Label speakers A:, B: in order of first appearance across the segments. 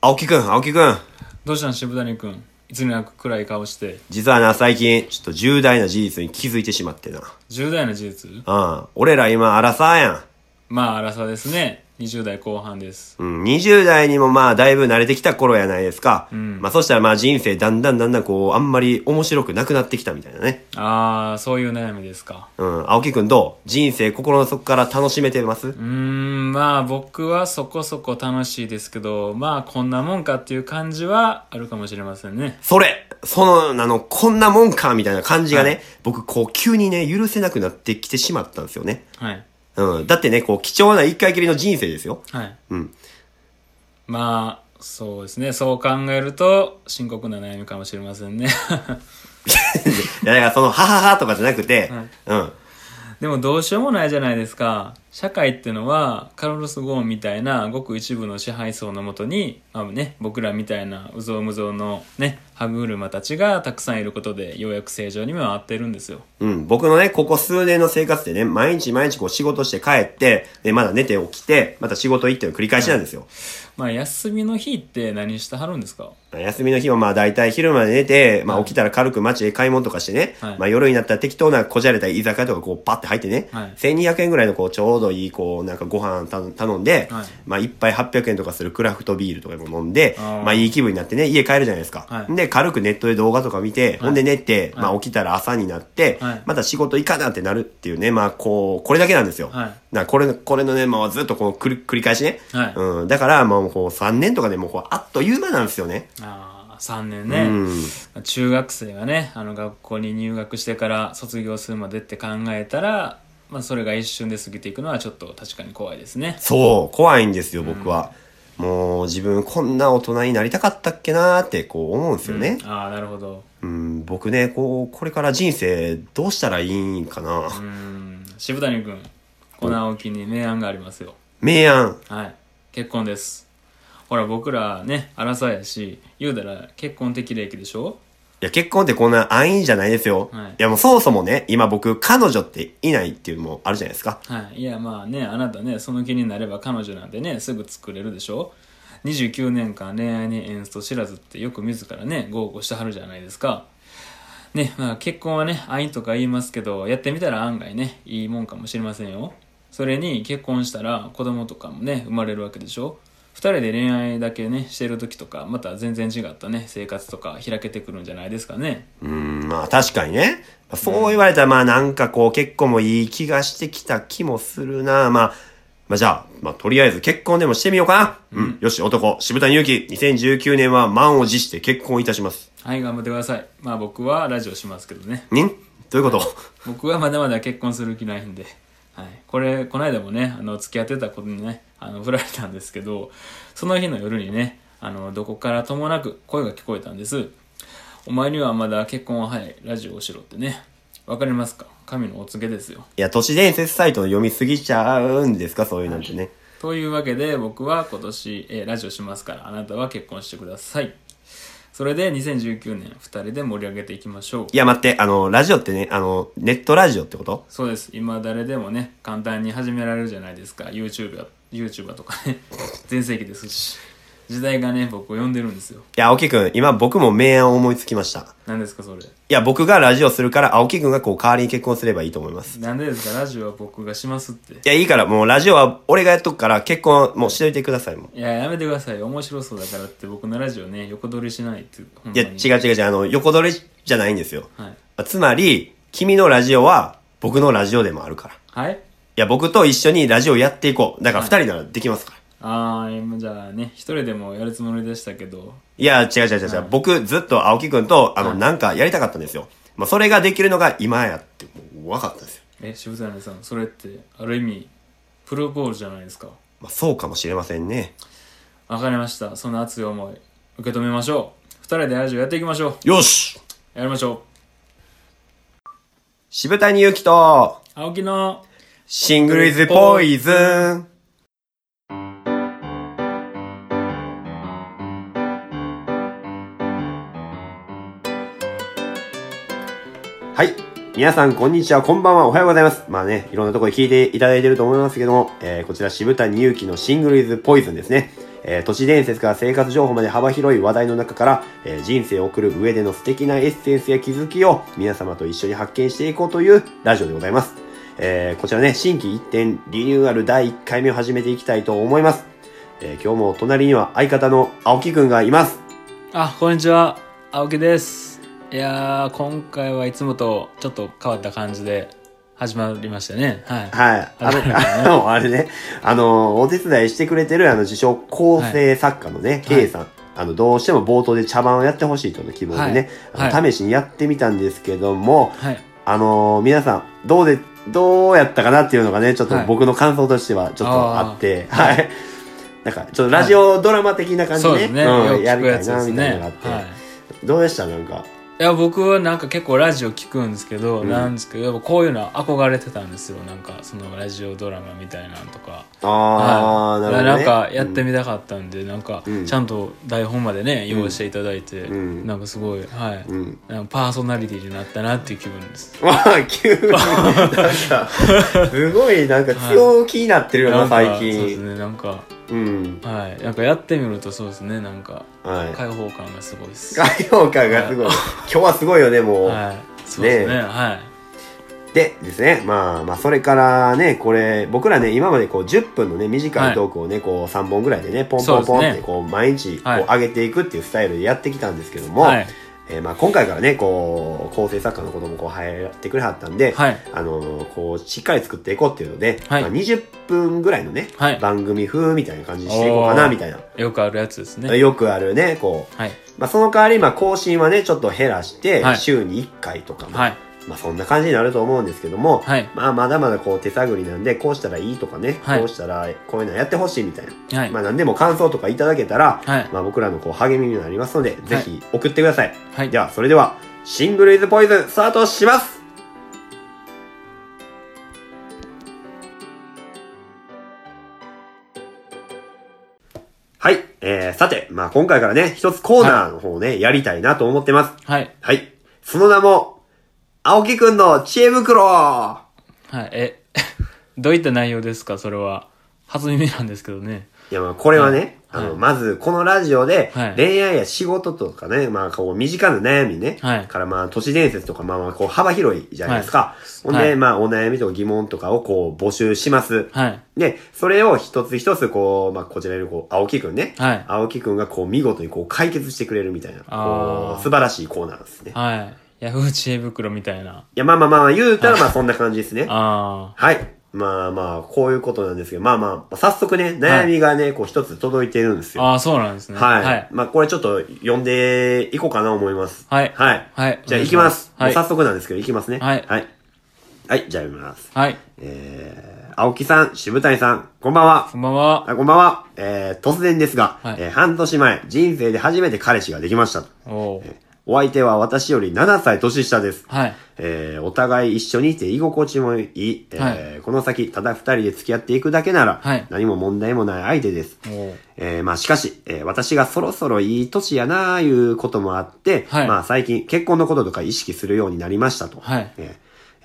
A: 青木くん、青木くん。
B: どうしたん渋谷くんいつになく暗い顔して
A: 実はな、最近、ちょっと重大な事実に気づいてしまってな。
B: 重大な事実
A: うん。俺ら今、アラサーやん。
B: まあ荒さですね20代後半です
A: うん。20代にもまあ、だいぶ慣れてきた頃やないですか。うん。まあ、そしたらまあ、人生だんだんだんだんこう、あんまり面白くなくなってきたみたいなね。
B: ああそういう悩みですか
A: うん。青木くんどう人生心の底から楽しめてます
B: うーんまあ僕はそこそこ楽しいですけどまあこんなもんかっていう感じはあるかもしれませんね
A: それその、あの、こんなもんかみたいな感じがね、僕、こう、急にね、許せなくなってきてしまったんですよね。
B: はい
A: うん。だってね、こう、貴重な一回きりの人生ですよ。
B: はい
A: うん。
B: まあそうですねそう考えると深刻な悩みかもしれませんね
A: いや、だからその、はははとかじゃなくて、うん。
B: でもどうしようもないじゃないですか社会ってのはカルロス・ゴーンみたいなごく一部の支配層のもとに、まあね、僕らみたいなうぞうむぞうの、ね、歯車たちがたくさんいることでようやく正常には合ってるんですよ
A: うん、僕のね、ここ数年の生活でね、毎日毎日こう仕事して帰って、で、まだ寝て起きて、また仕事行っての繰り返しなんですよ。
B: まあ休みの日って何してはるんですか
A: 休みの日はまあ大体昼まで寝て、まあ起きたら軽く街で買い物とかしてね、
B: はい
A: まあ夜になったら適当なこじゃれた居酒屋とかこうパッて入ってね、
B: はい
A: 1200円ぐらいのこうちょうどいいこうなんかご飯た頼んで、
B: はい
A: まあ一杯800円とかするクラフトビールとかも飲んで、
B: あー
A: まあいい気分になってね、家帰るじゃないですか。
B: はい
A: で、軽くネットで動画とか見て、ほんで寝て、
B: はい
A: まあ起きたら朝になって、
B: はい
A: また仕事行かなってなるっていうね、まあこう、これだけなんですよ。
B: はい
A: なこれ、これのね、まあずっとこの繰り繰り返しね、
B: はい
A: うん。だからもうこう3年とかでもうこうあっという間なんですよね。
B: ああ3年ね、中学生がねあの学校に入学してから卒業するまでって考えたら、まあ、それが一瞬で過ぎていくのはちょっと確かに怖いですね
A: そう、怖いんですよ、僕は。もう自分こんな大人になりたかったっけなーってこう思うんですよね。
B: ああなるほど
A: うん、僕ね、こう、これから人生どうしたらいいんかな。
B: うん渋谷君この青木に明暗がありますよ
A: 明暗。
B: はい結婚ですほら僕らね争いやし言うたら結婚適齢期でしょ
A: いや、結婚ってこんな安易じゃないですよ。
B: はい
A: いや、もうそもそもね、今僕、彼女っていないっていうのもあるじゃないですか。
B: はいいやまあねあなたねその気になれば彼女なんてねすぐ作れるでしょ29年間恋愛に演出と知らずってよく自らね豪語してはるじゃないですかねまあ結婚はね愛とか言いますけどやってみたら案外ねいいもんかもしれませんよそれに結婚したら子供とかもね生まれるわけでしょ2人で恋愛だけねしてる時とかまた全然違ったね生活とか開けてくるんじゃないですかね
A: うん、まあ確かにね。そう言われたら、まあなんかこう、結婚もいい気がしてきた気もするな。まあ、まあじゃあ、まあとりあえず結婚でもしてみようかな。うん。よし、男、渋谷祐樹、2019年は満を持して結婚いたします。
B: はい頑張ってくださいまあ僕はラジオしますけどね
A: んどういう こと
B: 僕はまだまだ結婚する気ないんで、はい、これこの間もねあの付き合ってた子にねあの振られたんですけどその日の夜にねあのどこからともなく声が聞こえたんです「お前にはまだ結婚は早いラジオをしろ」ってねわかりますか神のお告げですよ
A: いや、都市伝説サイトの読みすぎちゃうんですかそういうなんてね。
B: というわけで僕は今年、えーラジオしますからあなたは結婚してくださいそれで2019年2人で盛り上げていきましょう
A: いや、待って、あの、ラジオってね、あの、ネットラジオってこと
B: そうです今誰でもね簡単に始められるじゃないですか YouTube や YouTuber とか ね全盛期ですし時代がね僕を呼んでるんですよ
A: いや、青木くん、今僕も明暗思いつきました。
B: 何ですかそれ
A: いや、僕がラジオするから、青木くんがこう、代わりに結婚すればいいと思います。
B: なんでですかラジオは僕がしますって
A: いや、いいから、もうラジオは俺がやっとくから、結婚もうしといてください、もう。
B: いややめてください面白そうだからって僕のラジオね横取りしないってほん
A: いや、
B: まに
A: 違う違う違う、あの、横取りじゃないんですよ。
B: はい、
A: つまり、君のラジオは、僕のラジオでもあるから。い
B: はい、
A: や、僕と一緒にラジオやっていこう。だから二人ならできますから。
B: あー今じゃあね一人でもやるつもりでしたけど
A: い、や、違う違う違う違う、僕ずっと青木くんと、あの、なんかやりたかったんですよ。まあ、それができるのが今やって、もう分かったんですよ。
B: え渋谷さんそれってある意味プロポールじゃないですか
A: まあ、そうかもしれませんね。
B: わかりましたその熱い思い受け止めましょう二人でラジオやっていきましょう
A: よし
B: やりましょう
A: 渋谷ゆきと、
B: 青木の
A: シングルイズポイズン。はい。皆さん、こんにちは。こんばんは。おはようございます。まあね、いろんなところで聞いていただいてると思いますけども、えーこちら、渋谷祐樹のシングルイズポイズンですね。ええー都市伝説から生活情報まで幅広い話題の中から、えー人生を送る上での素敵なエッセンスや気づきを皆様と一緒に発見していこうというラジオでございます。えーこちらね、新規一点リニューアル第1回目を始めていきたいと思います。えー今日も隣には相方の青木くんがいます。
B: あこんにちは青木ですいやー今回はいつもとちょっと変わった感じで始まりましたねはい
A: はい。あ
B: はい
A: の、あの、あれね、あの、お手伝いしてくれてる、あの、自称構成作家のね、K さん。あの、どうしても冒頭で茶番をやってほしいとの希望でね、
B: はい
A: あの試しにやってみたんですけども、
B: はい
A: あの、皆さん、どうで、どうやったかなっていうのがね、ちょっと
B: はい
A: 僕の感想としては、ちょっとあって、
B: あー
A: はい。なんか、ちょっとラジオドラマ的な感じで
B: そう
A: ね、
B: ですね、
A: うん、
B: よ
A: や
B: く
A: りた
B: 聞くや
A: い
B: つ
A: な、
B: です
A: み
B: ね
A: たいなのがあって。
B: はい
A: どうでしたなんか。
B: いや僕はなんか結構ラジオ聞くんですけど、
A: うん
B: なんですけどやっぱこういうの憧れてたんですよなんかそのラジオドラマみたいなんとか
A: ああ、
B: は
A: ないるほど、ね。
B: んかやって
A: うん
B: みたかったんで、なんか
A: うん
B: ちゃんと台本までね、用意していただいて、
A: うん
B: なんかすごい、はい、
A: うん
B: なんかパーソナリティになったなっていう気分です。
A: わあ、急に、なんか、すごい、なんか強気になってるよ
B: な
A: な、
B: んか
A: 最
B: そうです
A: 近。
B: ね、なんか、
A: うん。
B: はい、なんかやってみるとそうですね、なんか
A: は
B: 開放感がすごいです。
A: い。開放感がすごい。今日はすごいよね、もう。
B: はい、そうですね、
A: ね
B: はい、
A: でですね、まあ、まあ、それからね、これ、僕らね、今までこう、10分のね、短いトークをね、こう、3本ぐらいでね、ポンポンポン
B: そう
A: っ
B: です
A: て、
B: ね
A: こう、毎日、こ、
B: はいう
A: 上げていくっていうスタイルでやってきたんですけども、
B: はい、
A: えーまあ、今回からね、こう、構成作家のこともこう、入ってくれはったんで、
B: はい、
A: あのーこう、しっかり作っていこうっていうので、
B: はい
A: まあ、20分ぐらいのね、
B: はい
A: 番組風みたいな感じにしていこうかな、
B: おー
A: みたいな。
B: よくあるやつですね。
A: よくあるね、こう。
B: はい、
A: まあ、その代わり、まあ、更新はね、ちょっと減らして、
B: はい
A: 週に1回とか、まあ
B: はい、
A: まあ、そんな感じになると思うんですけども、
B: はい、
A: まあ、まだまだこう、手探りなんで、こうしたらいいとかね、
B: はい
A: こうしたら、こういうのやってほしいみたいな。
B: はい、
A: まあ、何でも感想とかいただけたら、
B: はい、
A: まあ、僕らのこう、励みになりますので、ぜひ送ってください。
B: はい
A: で、は、それでは、シングルイズポイズン、スタートしますはい。えー、さて、まあ今回からね、一つコーナーの方をね、やりたいなと思ってます。
B: はい、
A: はい。その名も、青木くんの知恵袋
B: はい、え、 どういった内容ですか、それは。初耳なんですけどね。
A: いや、まあ、これはね、
B: はい
A: あの、
B: はい
A: まず、このラジオで
B: はい、
A: 恋愛や仕事とかね、まあ、こう、身近な悩みね、
B: はい
A: から、まあ、都市伝説とか、まあまあ、こう、幅広いじゃないですか。ほんで、
B: はい
A: まあ、お悩みとか疑問とかを、こう、募集します。
B: はい、
A: で、それを一つ一つ、こう、まあ、こちらにいる、こう、青木くんね。
B: はい
A: 青木くんが、こう、見事に、こう、解決してくれるみたいな、
B: あー
A: こう、素晴らしいコーナーですね。い
B: はい。ヤフー知恵袋みたいな。
A: や、まあまあまあ、言うたら、まあ、そんな感じですね。
B: あ
A: はい。まあまあ、こういうことなんですけど、まあまあ、早速ね、悩みがね、こう、一つ届いてるんです
B: あ。
A: よ。
B: ああ、そうなんですね。
A: はい。
B: はい。
A: まあ、これちょっと読んでいこうかな思います。
B: はい
A: はい。
B: はい
A: じゃあ、行きます。
B: お願いし
A: もう
B: ま
A: 早速なんですけど、行きますね。
B: はい
A: はい。はいじゃあ読みます。
B: はい。
A: えー、青木さん、渋谷さん、こんばんは。
B: こんばんは。
A: あこんばんは。えー、突然ですが、
B: はい
A: えー半年前、人生で初めて彼氏ができましたと。
B: おー
A: お相手は私より7歳年下です。
B: はい。
A: えーお互い一緒にいて居心地もいい、えーこの先、ただ二人で付き合っていくだけなら、
B: はい
A: 何も問題もない相手です。
B: おー
A: えーまあしかし、えー私がそろそろいい年やなあいうこともあって、
B: はい
A: まあ最近結婚のこととか意識するようになりましたと。
B: はい
A: えー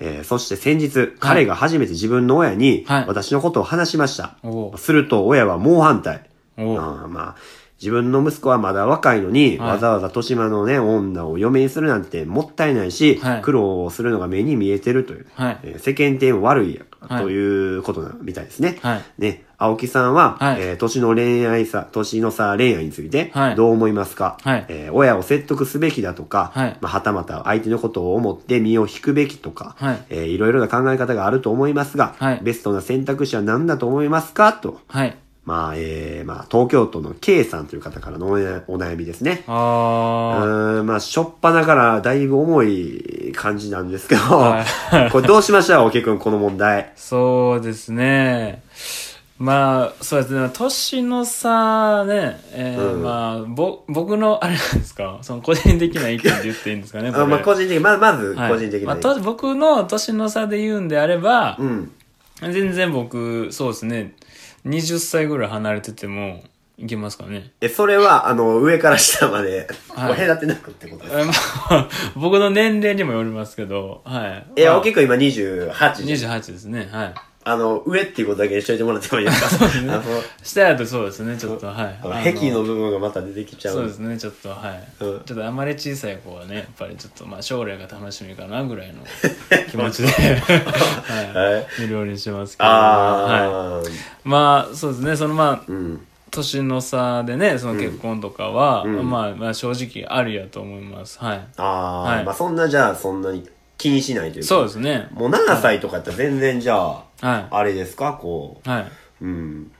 A: えーそして先日、彼が初めて自分の親に
B: はい、
A: 私のことを話しました。
B: おう
A: すると親は猛反対。
B: おー
A: あーまあ、自分の息子はまだ若いのに、
B: はい
A: わざわざ豊島のね、女を嫁にするなんてもったいないし、
B: はい
A: 苦労をするのが目に見えてるという、
B: はい
A: えー世間体も悪いや、
B: はい
A: ということなみたいですね。
B: はい
A: ね、青木さんは、
B: はい
A: えー年の恋愛さ、年の差恋愛について
B: は、い
A: どう思いますか、
B: はい
A: えー親を説得すべきだとか、
B: はい
A: まあ、はたまた相手のことを思って身を引くべきとか、
B: はい
A: えーいろいろな考え方があると思いますが、
B: はい
A: ベストな選択肢は何だと思いますかと。
B: はい。
A: まあ、えー、まあ、東京都の K さんという方からのお悩お悩みですね。う
B: あ
A: ーん、まあ、しょっぱなからだいぶ重い感じなんですけど、
B: は
A: これどうしましたおけくん、この問題
B: ー。そうですね。まあ、そうですね。年の差ね、えー
A: うん
B: まあ、ぼ、僕の、あれなんですか、その個人的な意見で言っていいんですか ね、こ
A: あ
B: れ
A: まあ、個人的に、まあ、まず、
B: はい
A: 個人的に、
B: まあと僕の年の差で言うんであれば、
A: うん。
B: 全然僕、そうですね、20歳ぐらい離れてても、いけますからね。
A: え、それは、あの、上から下まで、
B: はい
A: お隔てなくってことです。
B: えまあ僕の年齢にもよりますけど、はい。
A: え、
B: まあ
A: おけくん今28じゃん
B: 28ですね、はい。
A: あの、上っていうことだけにしといてもらってもいいですかあ
B: 下やとそうですねちょっとはい
A: の、
B: あ
A: あの壁の部分がまた出てきちゃう。
B: そうですねちょっとは
A: う
B: い、
A: ん
B: ちょっとあまり小さい子はねやっぱりちょっとまあ将来が楽しみかなぐらい の気持ちで、はい
A: はい。
B: 見るようにしてますけど、は
A: あー、
B: い、まあそうですねそのまあ
A: うん。
B: 年の差でねその結婚とかは、
A: ん
B: まあ、まあ正直ありやと思いますはい
A: あー、
B: はい
A: まあそんなじゃあそんなに気にしないというか。
B: そうですね
A: もう7歳とかやったら全然じゃあ、
B: は
A: あれですか、こ
B: いはい
A: うん。うん。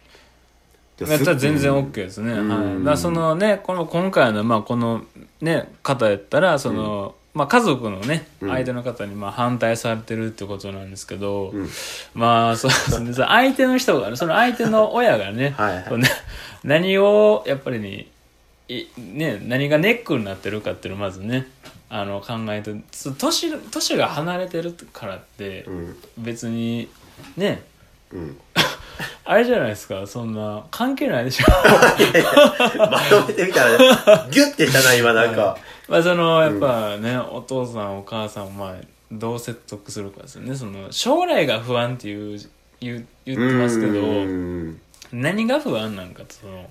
A: でも
B: やったら全然
A: す
B: OK ですね、
A: ん
B: はい、だからそのねこの今回のまあこのね方やったらその、まあ、家族のね相手の方にまあ反対されてるってことなんですけど、まあそうですねその相手の人がその相手の親がね
A: はいはい
B: こうな何をやっぱりにいね、何がネックになってるかっていうのをまずねあの考えてそ年年が離れてるからっ て
A: ん
B: 別にね、
A: ん
B: あれじゃないですかそんな関係ないでしょ
A: まとめてみたら、ギュッてしたな、今なんか。
B: まあそのやっぱね、お父さんお母さんまあどう説得するかですよねその将来が不安っていう言う言ってますけど
A: うん
B: 何が不安なんかその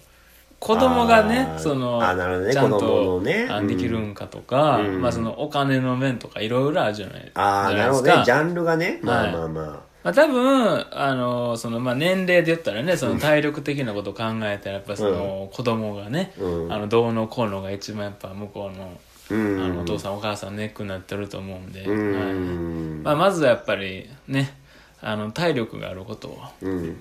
B: 子供がね
A: あー
B: その
A: あーなるほどね
B: ちゃん
A: 子供
B: と、
A: のね
B: あ
A: うん
B: できるんかとか、
A: うん
B: まあ、そのお金の面とかいろいろあるじゃない
A: ああ、
B: じ
A: な
B: ゃい
A: る
B: で
A: ほ
B: す
A: どね。
B: か
A: ジャンルがね。ま
B: は
A: あ
B: い
A: まあま
B: まあ、多分あのその、まあ、年齢で言ったらねその体力的なことを考えたらやっぱその、子供がね、
A: うん
B: あのどうのこうのが一番やっぱ向こうの,、
A: あ。う
B: あのお
A: ん。
B: 父さんお母さんネックになってると思うんで、
A: う
B: はい
A: ん。
B: まあ、まずはやっぱりねあの体力があることを、は
A: うん。
B: い、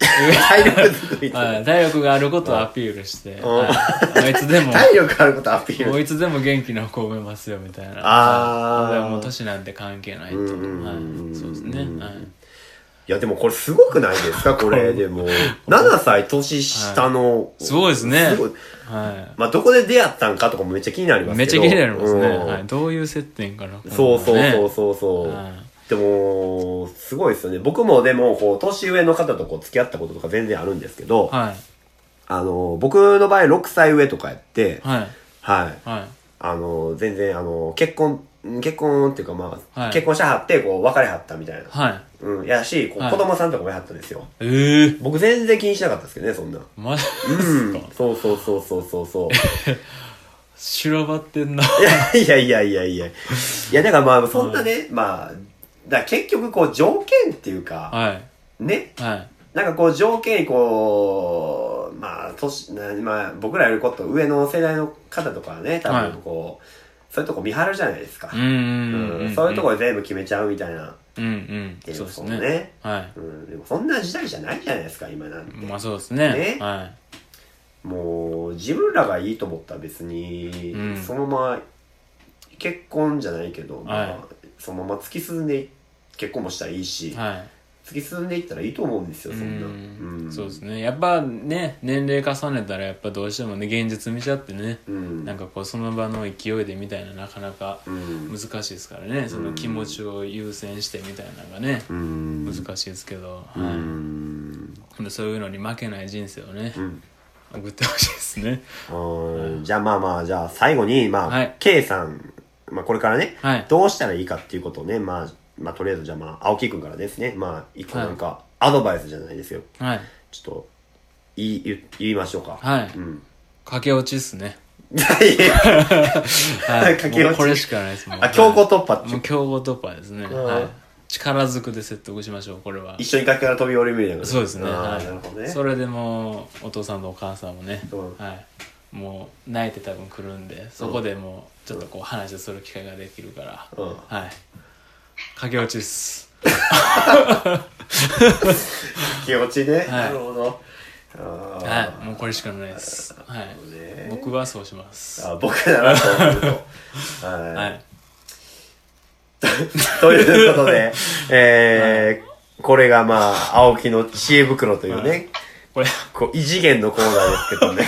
A: 体力作り。
B: はい、体力があることをアピールして、
A: ん
B: はい、あいつでも、
A: 体力あることアピール
B: もういつでも元気な子を産めますよみたいな。
A: あー
B: はい俺はもう年なんて関係ないと。
A: うんうんうん
B: はい、そうですね。はい。
A: いやでもこれすごくないです かこれでも。7歳年下の。
B: すごいですね
A: すごい。
B: は
A: まあどこで出会ったんかとかもめっちゃ気になりま
B: い。
A: す
B: めっち
A: け
B: ゃ
A: ど。
B: 気になりますね。
A: うん
B: はい、どういう接点かな。
A: そうそうそう
B: う。
A: そうそう。
B: はい
A: でも、すごいですよね。僕もでも、こう、年上の方とこう、付き合ったこととか全然あるんですけど、
B: はい。
A: あの、僕の場合6歳上とかやって、
B: はい。
A: はい。
B: はい。
A: あの、全然、あの、結婚、ん結婚っていうかまあ、
B: はい
A: 結婚してはって、こう、別れはったみたいな。
B: はい。
A: うん、やし、こう
B: はい
A: 子供さんとかもやはったんですよ。
B: えー、
A: 僕全然気にしなかったですけどね、そんな。
B: マジっ
A: う
B: すか
A: ん。。そうそうそうそうそうそう。
B: 修羅場ってんな。
A: いやいやいやいやいや。いや、だからまあ、そんなね、まあ、だから結局こう、条件っていうか、
B: はい。
A: ね、
B: はい。
A: なんかこう、条件にこう、まあ、年、なまあ、僕らよりこと上の世代の方とかはね、多分こう、そういうとこ見張るじゃないですか
B: う。んうんん。
A: うんんそういうとこで全部決めちゃうみたいな。
B: うんうん。
A: で
B: そうです
A: そう
B: ね。
A: ね
B: は
A: うん、でもそんな時代じゃないじゃないですか、今なんて
B: い。。まあそうですね
A: ね。
B: は
A: もう、自分らがいいと思ったら別に、
B: うん
A: そのまま、結婚じゃないけど、まあ
B: は
A: そのまま突き進んでい、結婚もしたらいいし、
B: い。はい。
A: 突き進んでいったらいいと思うんですよ、そんな。
B: うん
A: うん
B: そうですねやっぱね年齢重ねたらやっぱどうしてもね現実見ちゃってね、
A: うん。
B: なんかこうその場の勢いでみたいななかなか
A: うん。
B: 難しいですからね、その気持ちを優先してみたいなのがね、
A: うん。
B: 難しいですけど、
A: う
B: は
A: ん。
B: い、でそういうのに負けない人生をね、
A: うん
B: 送ってほしいですね
A: うんじゃあまあまあ、じゃあ最後に、まあ、
B: はい
A: K さん、まあこれからね、
B: はい
A: どうしたらいいかっていうことをね、まあ、まあとりあえずじゃあまあ、青木くんからですね、まあ、一個なんか、アドバイスじゃないですよ。
B: はい
A: ちょっと、言い、言言いましょうか。
B: はい、
A: うん。
B: 駆け落ちっ すね、
A: いやいや
B: はい、
A: 駆け落ち
B: もうこれしかないですもん
A: あ、強行
B: は
A: 突破っ
B: い
A: てい
B: もう
A: う。
B: 強豪突破ですね、
A: ん
B: はい、力ずくで説得しましょうこれは
A: 一緒に崖から飛び降りるみたいな。
B: そうですね。
A: あ
B: は
A: あ、
B: い
A: なるほどね。
B: それでもうお父さんとお母さんもね、
A: うん
B: はい、もう泣いて多分来るんで、そこでもうちょっとこう話をする機会ができるから、
A: うん
B: はい。駆け落ちっす。
A: 気持ちね。
B: はい
A: なるほど。ああ、
B: はい。もうこれしかないです。はい。
A: ね
B: 僕はそうします。
A: あ僕だなと思うと。はい
B: はい。
A: ということで、えー、これがまあ、青木の知恵袋というね、
B: これ、
A: こう異次元のコーナーですけどね。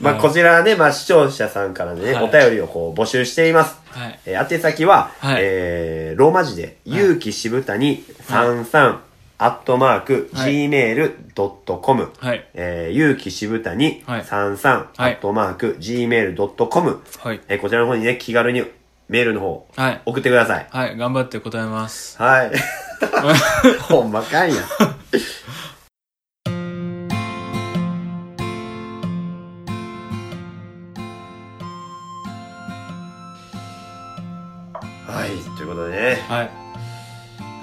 A: まあ、こちらはね、まあ、視聴者さんからね、
B: はい
A: お便りをこう募集しています。
B: はい。
A: えー、宛先は、
B: はい
A: えー、ローマ字で、ゆうきしぶたに33、アットマーク、
B: はい
A: gmail.com。
B: はい。
A: えー、ゆうきしぶたに
B: はい
A: 33、
B: はい
A: アットマーク、gmail.com。
B: はい。
A: えー、こちらの方にね、気軽にメールの方、
B: はい。
A: 送ってください。
B: はい。頑張って答えます。
A: はい。ほんまかいな。はい、ということでね、
B: はい。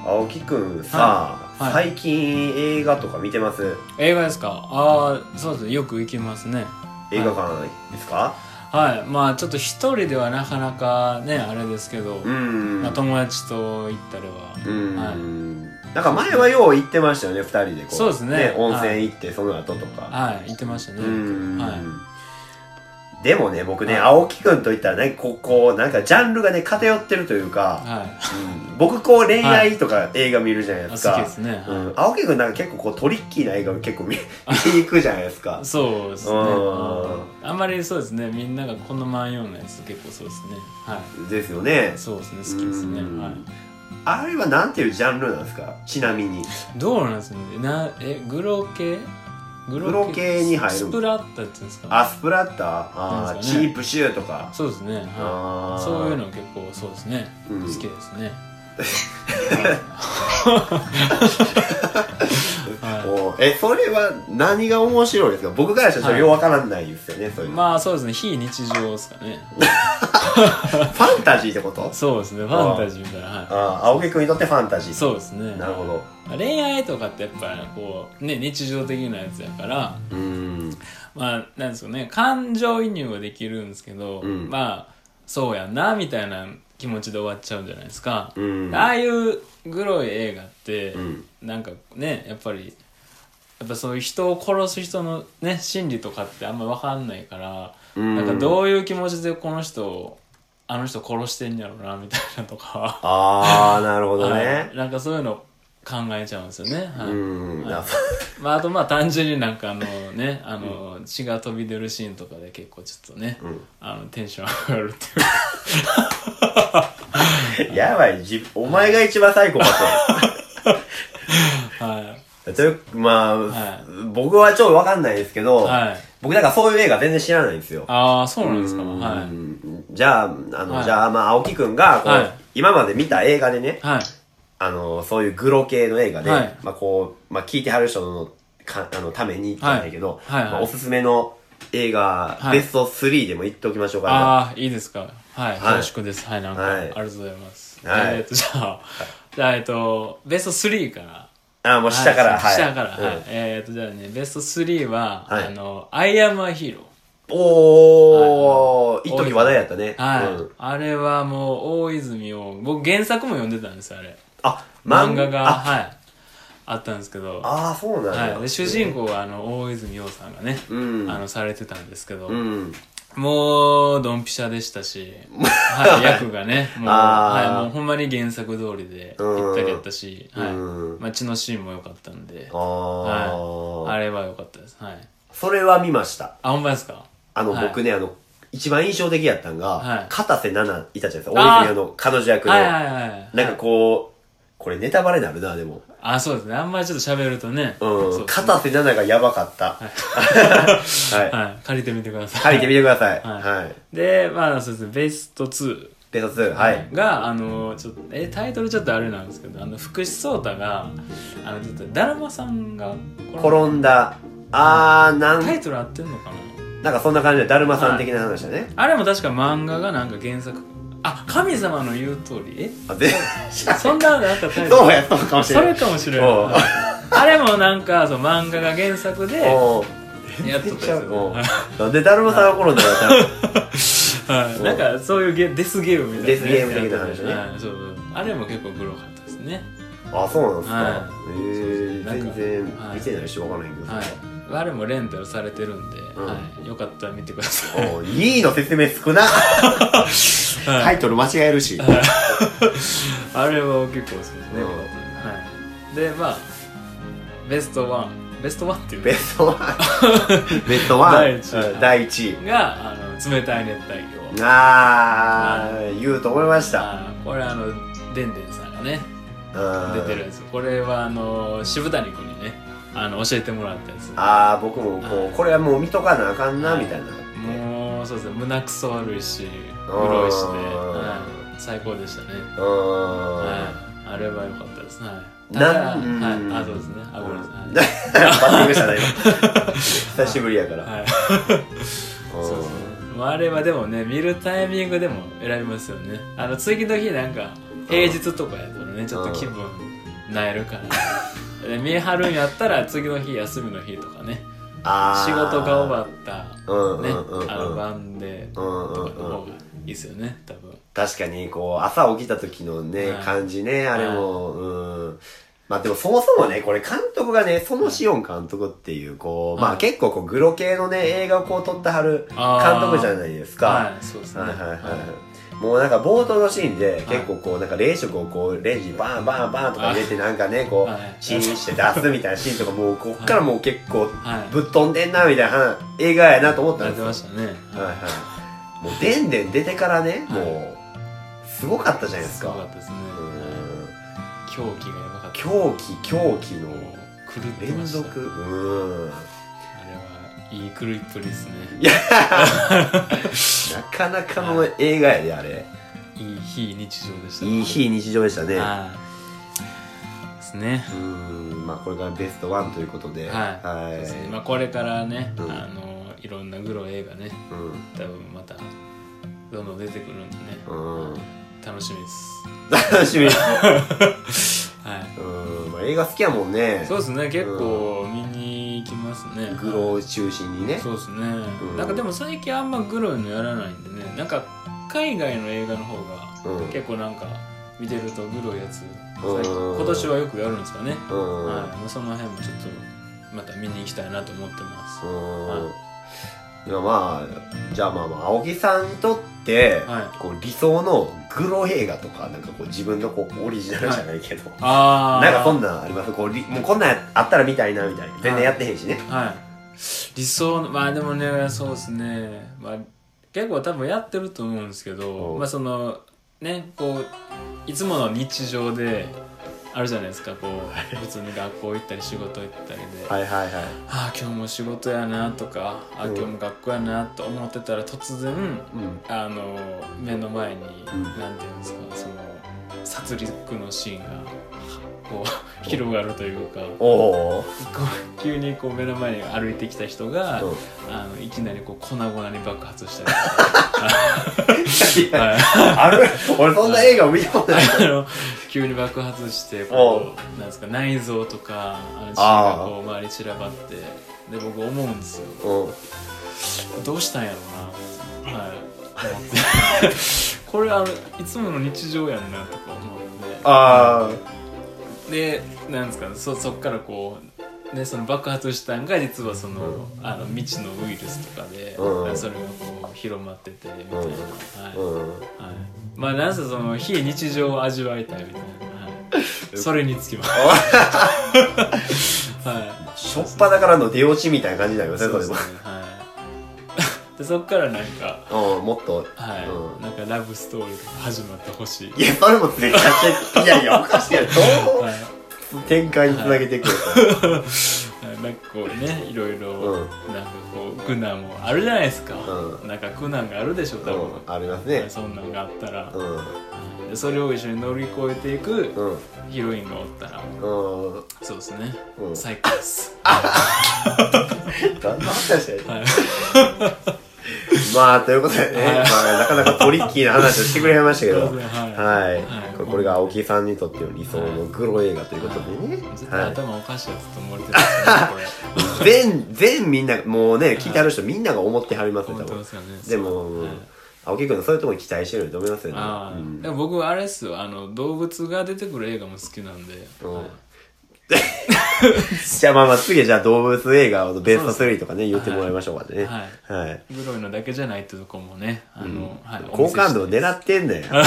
A: 青木くんさ、
B: はいは
A: 最近映画とか見てます
B: 映画ですかああ、そうですね。よく行きますね。
A: 映画館ですか、
B: はい。まあ、ちょっと一人ではなかなかね、あれですけど、
A: うーん。
B: まあ、友達と行ったりは。
A: うーん。
B: はい
A: なんか前はよう行ってましたよね、二人でこう。
B: そうですね
A: 温泉行って、その後とか。
B: はい、行ってましたね。
A: うーん
B: は
A: でもね、僕ね、
B: はい
A: 青木くんといったらね、こう、こう、なんかジャンルがね、偏ってるという
B: い。
A: か、
B: は
A: うん僕こう、恋愛とか映画見るじゃない
B: い。あ
A: です
B: 好
A: か。
B: きですね。はい
A: うん、青木くんなんか結構こう、トリッキーな映画を結 構見見に行くじゃないですか。
B: そうですね。
A: う
B: うんんあんまりそうですね、みんなが好まんようなやつ結構そうですね。はい。
A: ですよね。
B: そうですね、好きですね。
A: うん
B: はい。
A: あれはなんていうジャンルなんですかちなみに。
B: どうなんですかね。な、え、グロ系グ
A: グロ系に入る
B: スプラッタっていうんですか
A: アスプラッター、あ
B: なん
A: ー
B: です
A: チ
B: かね
A: ープシューとか。
B: そうですね。
A: あ
B: はい。
A: ー
B: そういうの結構そうですね。
A: うん
B: 好きですね。はい
A: おーえ、それは何が面白いですか僕からしたらようわからんないですよね、そういうの。
B: まあそうですね、非日常ですかね。
A: ファンタジーってこと
B: そうですね、ファンタジーみたいな。は
A: ああ、青木くんにとってファンタジ
B: い。
A: ー。
B: そうですね。
A: なるほど。
B: 恋愛とかってやっぱこうね日常的なやつやから
A: うーん。
B: まあなんですかね感情移入はできるんですけど、
A: うん
B: まあそうやんなみたいな気持ちで終わっちゃうんじゃないですか、
A: うん。
B: ああいうグロい映画って、
A: うん
B: なんかねやっぱりやっぱそういう人を殺す人のね心理とかってあんま分かんないから、
A: うん
B: なんかどういう気持ちでこの人をあの人殺してんやろうなみたいなとか、
A: ああ、なるほど
B: は
A: ね
B: い。なんかそういうの考えちゃうんですよね、は
A: う
B: い
A: ーん。な
B: まあ、あとまあ単純になんかあのねあの血が飛び出るシーンとかで結構ちょっとね、
A: ん
B: あのテンション上がるっていう
A: やばい、じお前が一番最高だ
B: か はい
A: と。というまあ、
B: はい
A: 僕はちょっとわかんないですけど、
B: はい
A: 僕なんかそういう映画全然知らないんですよ。
B: ああそうなんですか
A: うー
B: はい
A: んじゃあ、あの、
B: はい
A: じゃあ、まあ、青木くんがこう、
B: はい
A: 今まで見た映画でね、
B: はい
A: あの、そういうグロ系の映画で、
B: はい
A: まあこう、まあ聞いてはる人のかあのために言ったんだけど、
B: はいはいはい
A: まあおすすめの映画、
B: はい
A: ベスト3でも言っておきましょうか
B: ああいいですかはい
A: はい
B: 恐縮ですはいなんか
A: はい
B: ありがとうございます、
A: はい
B: えっとじゃあじゃあえっとベスト3から
A: ね。ああ、もう下から、はい。
B: 下から、はい
A: うん
B: えっとじゃあねベスト3は、
A: はい
B: あの「アイアム・ア・ヒーロー」
A: おー、一時話題やったね。
B: はい、
A: うん
B: あれはもう大泉を僕原作も読んでたんですよあれ
A: あ、
B: 漫画が
A: あ
B: はいあったんですけど、
A: あー、そうなんだ。
B: はい、で主人公はあの大泉洋さんがね、
A: うん
B: あのされてたんですけど、
A: うん。
B: もうドンピシャでし たし、はい、役がねもう,、
A: あー
B: はい、もうほんまに原作通りで
A: うん
B: ぴったりやったし、はい
A: うん
B: まあ、血のシーンも良かったんで
A: あ、ー、
B: はい、あれは良かったです、はい、
A: それは見ました。
B: あほんまですか
A: あの、
B: はい
A: 僕ね、あの、一番印象的やったんが、
B: はい
A: 片瀬奈々いたじゃないです
B: あ
A: か。
B: ー
A: 大泉洋の彼女役の。
B: はいはいはい
A: なんかこう、これネタバレになるな、でも。
B: あそうですねあんまりちょっと喋るとね、
A: う
B: そ
A: ん。
B: うですね
A: 片瀬奈々がやばかった。はい。
B: はい、借りてみてください
A: 借りてみてください。
B: はい
A: はい。
B: でまあそうですねベスト2
A: ベスト2、はい。
B: があのちょっとえタイトルちょっとあれなんですけどあの福士蒼太があのちょっとだるまさんがこ
A: 転んだ、あー、な
B: のタ
A: ん、
B: イトル合ってんのかな
A: なんかそんな感じで、だるまさん的な話だね。
B: あれも確か漫画がなんか原作あ神様の言う通り
A: あ、で、
B: えそんななんかタイトル
A: そうやったのかもしれ
B: そ
A: な
B: れ
A: い。
B: かもしれない
A: おう
B: あれもなんかそう漫画が原作で
A: おう
B: やっとったやつ
A: おうなんで、だるまさんが転んだら、
B: はいなんかそういうゲデスゲームみたいなね
A: デスゲーム的な話ね
B: はいそうそうあれも結構グロかったですね
A: あ、そうなんです
B: は
A: か。えー、
B: なん
A: 全
B: かは
A: 然
B: い
A: 見てないし、わかんないけど。
B: はい、あれもレンタルされてるんで、
A: ん
B: はい、よかったら見てください。
A: おう2位の説明少なタイトル間違えるし。
B: あれは結構そうですね、
A: うん
B: はい、でまあベストワンベストワンっていう
A: ベ
B: の
A: ス トワンベストワン
B: 第一位
A: うん第一位
B: があの冷たい熱帯魚
A: あー言うと思いました
B: あーこれあのでんでんさんがね
A: うん
B: 出てるんですよこれはあの渋谷君にねあの教えてもらったやつ
A: あー僕もこうこれはもう見とかなあかんな
B: はい
A: みたいな
B: もうそうですね胸くそ悪いし黒いしで、はい、最高でしたね、
A: うん
B: はい、ああれは良かったですはいただ
A: な
B: は
A: ん
B: いあそうですねあごめんなさいはい
A: バッティングしたな今久しぶりやから、
B: はい、
A: うん
B: そうですねまああれはでもね見るタイミングでも選びますよねあの次の日なんか平日とかやとねちょっと気分なえるからで見張るんやったら次の日休みの日とかね
A: あー
B: 仕事が終わった
A: うんうん
B: ね
A: うんうん
B: あの晩で
A: う
B: と
A: ん
B: か
A: う
B: の
A: んうん
B: 方がいいですよね多分
A: 確かにこう朝起きた時のね、
B: はい
A: 感じねあれも、うんまあでもそもそもねこれ監督がねそのシオン監督っていうこう、ま
B: は
A: あ
B: い
A: 結構こうグロ系のね映画をこう撮ってはる監
B: あー
A: 督じゃないですか、
B: はいそうですね
A: はいはいはい
B: は
A: もうなんか冒頭のシーンで結構こうなんか冷食をこうレンジにバンバンバンとか入れてなんかねこ
B: はいう
A: チンして出すみたいなシーンとかもうこっからもう結構
B: はい
A: ぶっ飛んでんなみたいな映画やなと思った
B: や
A: ん
B: っ
A: で
B: て
A: すよ
B: ましたね
A: はいはいもうでんでん出てからね
B: はい
A: もうすごかったじゃないです
B: すごか
A: か
B: ったですね
A: うん
B: 狂気がやばかった
A: 狂気狂気の
B: もう狂って
A: 連
B: ました
A: 続うん
B: あれはいい狂いっぷりですね
A: いやなかなかの映画やであれ
B: いい非日常でした
A: いい非日常でしたね
B: はいですね
A: うーんまあこれがベストワンということで、
B: はいそうですねまあこれからね、
A: うん
B: あのいろんなグロ映画ね
A: うん
B: 多分またどんどん出てくるんでね、
A: うん
B: 楽しみです
A: 楽しみです
B: はい
A: うん、まあ、映画好きやもんね
B: そうですね結構見に行きますね、
A: グロを中心にね
B: そうですね、
A: うん
B: なんかでも最近あんまグロいのやらないんでねなんか海外の映画の方が
A: うんうん
B: 結構なんか見てるとグロいやつ
A: うん
B: 最近今年はよくやるんですかね、
A: うん、
B: はい、もうその辺もちょっとまた見に行きたいなと思ってます
A: うん
B: はい
A: やまあじゃあまあまあ青木さんにとって、
B: はい
A: こう理想のグロ映画とかなんかこう自分のこうオリジナルじゃないけど、
B: ああ
A: なんかそんなんありますこうりもうこんなんあったら見たいなみたいな全然やってへんしね、
B: はい理想のまあでもねそうですねまあ結構多分やってると思うんですけど
A: うん
B: まあそのねこういつもの日常であるじゃないですかこう普通に学校行ったり仕事行ったりで、
A: はい、はいはい
B: ああ今日も仕事やなとかああ
A: うん
B: 今日も学校やなと思ってたら突然
A: うん
B: あの目の前に
A: うん
B: 何、なん、ていうんですかその殺戮のシーンがこう 広がるというかこ
A: おお
B: う急にこう目の前に歩いてきた人が、
A: ー、うん
B: あのいきなりこう粉々に爆発したりとか、はい
A: ある俺そんな映画を見たことない。
B: あの急に爆発してこうなんですか内臓とかあの血がこう周り散らばってで僕思うんですよ
A: うん。
B: どうしたんやろうなはい思ってこれあのいつもの日常やんなとか思って
A: あ
B: でなんですかねそそっからこう、ね、その爆発したんが実はその,、あの未知のウイルスとかで、
A: うん
B: それがこう広まっててみたいな、
A: うん
B: はい
A: あ。うん。
B: はい、まあなんせその非日常を味わいたいみたいな、はい、それにつきますはい
A: しょっぱだからの出落ちみたいな感じになり ますね、それ
B: です
A: も
B: ね。はいでそっからなんか
A: うん、もっと。
B: はい、
A: うん
B: なんかラブストーリーとか始まってほし
A: い
B: い
A: や、それも連れちゃって、いやいや、おかしいや ろ。ど
B: はいう
A: 展開につなげていくのか。
B: はいなんかこうねいろいろ、
A: うん
B: なんかこう苦難もあるじゃないですか、
A: う
B: なんか苦難があるでしょ多
A: う
B: 分、
A: ん、あります
B: は
A: ね
B: い。そんなんがあったら
A: う、ん。
B: はいでそれを一緒に乗り越えていく
A: うん。
B: ヒロインがおったら
A: うん。うん。
B: そうですね、
A: うん
B: 最高です
A: 何の話やねん
B: はい
A: まあ、ということでね、
B: はい
A: まあ、なかなかトリッキーな話をしてくれましたけど
B: そう。ですねは
A: はい。これこれが青木さんにとっての理想のグロ映画ということでね
B: い。絶対
A: はい。
B: 頭おかしいやつと思われてますね
A: 全、全みんな、もうね、聞いてはる人みんなが思ってはります
B: これ
A: ね、
B: 思
A: 多
B: っ
A: 分
B: てま。すよね
A: でも、
B: はい
A: 青木君のそういうところに期待してると思いますよね。
B: ああ、
A: うん
B: でも僕あれっすよあの動物が出てくる映画も好きなんで、
A: うん
B: はい
A: じゃあまあまあ次はじゃあ動物映画のベスト3とかね、言ってもらいましょうかね。
B: はい
A: はい。
B: グロいのだけじゃないってとこもねあの、はい、
A: 好感度を狙
B: っ
A: ってんだよ。
B: はい、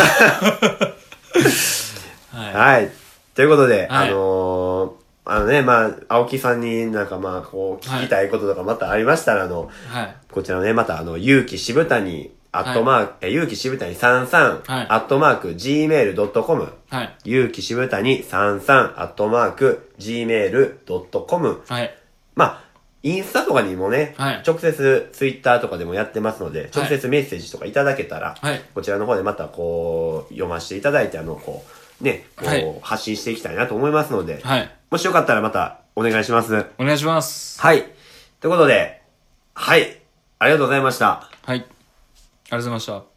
A: はい。ということで、
B: は
A: あ
B: い
A: のー、あのね、まあ、青木さんになんかまあ、こう、聞きたいこととかまたありましたら、あの、
B: はい
A: こちらのね、またあの、ゆうきしぶたに、ア
B: い
A: ットマーク、え、ゆうきしぶたに33、
B: はい
A: アットマーク、gmail.com、
B: はい
A: ゆうきしぶたに33、アットマーク、gmail.com、
B: はい
A: まあ、インスタとかにもね、
B: はい
A: 直接ツイッターとかでもやってますので、直接メッセージとかいただけたら、
B: はい
A: こちらの方でまたこう、読ませていただいて、あの、こう、ね、こう、
B: はい
A: 発信していきたいなと思いますので、
B: はい。
A: もしよかったらまたお願いします。
B: お願いします。
A: はい。ということで、はい。ありがとうございました。
B: はい。ありがとうございました。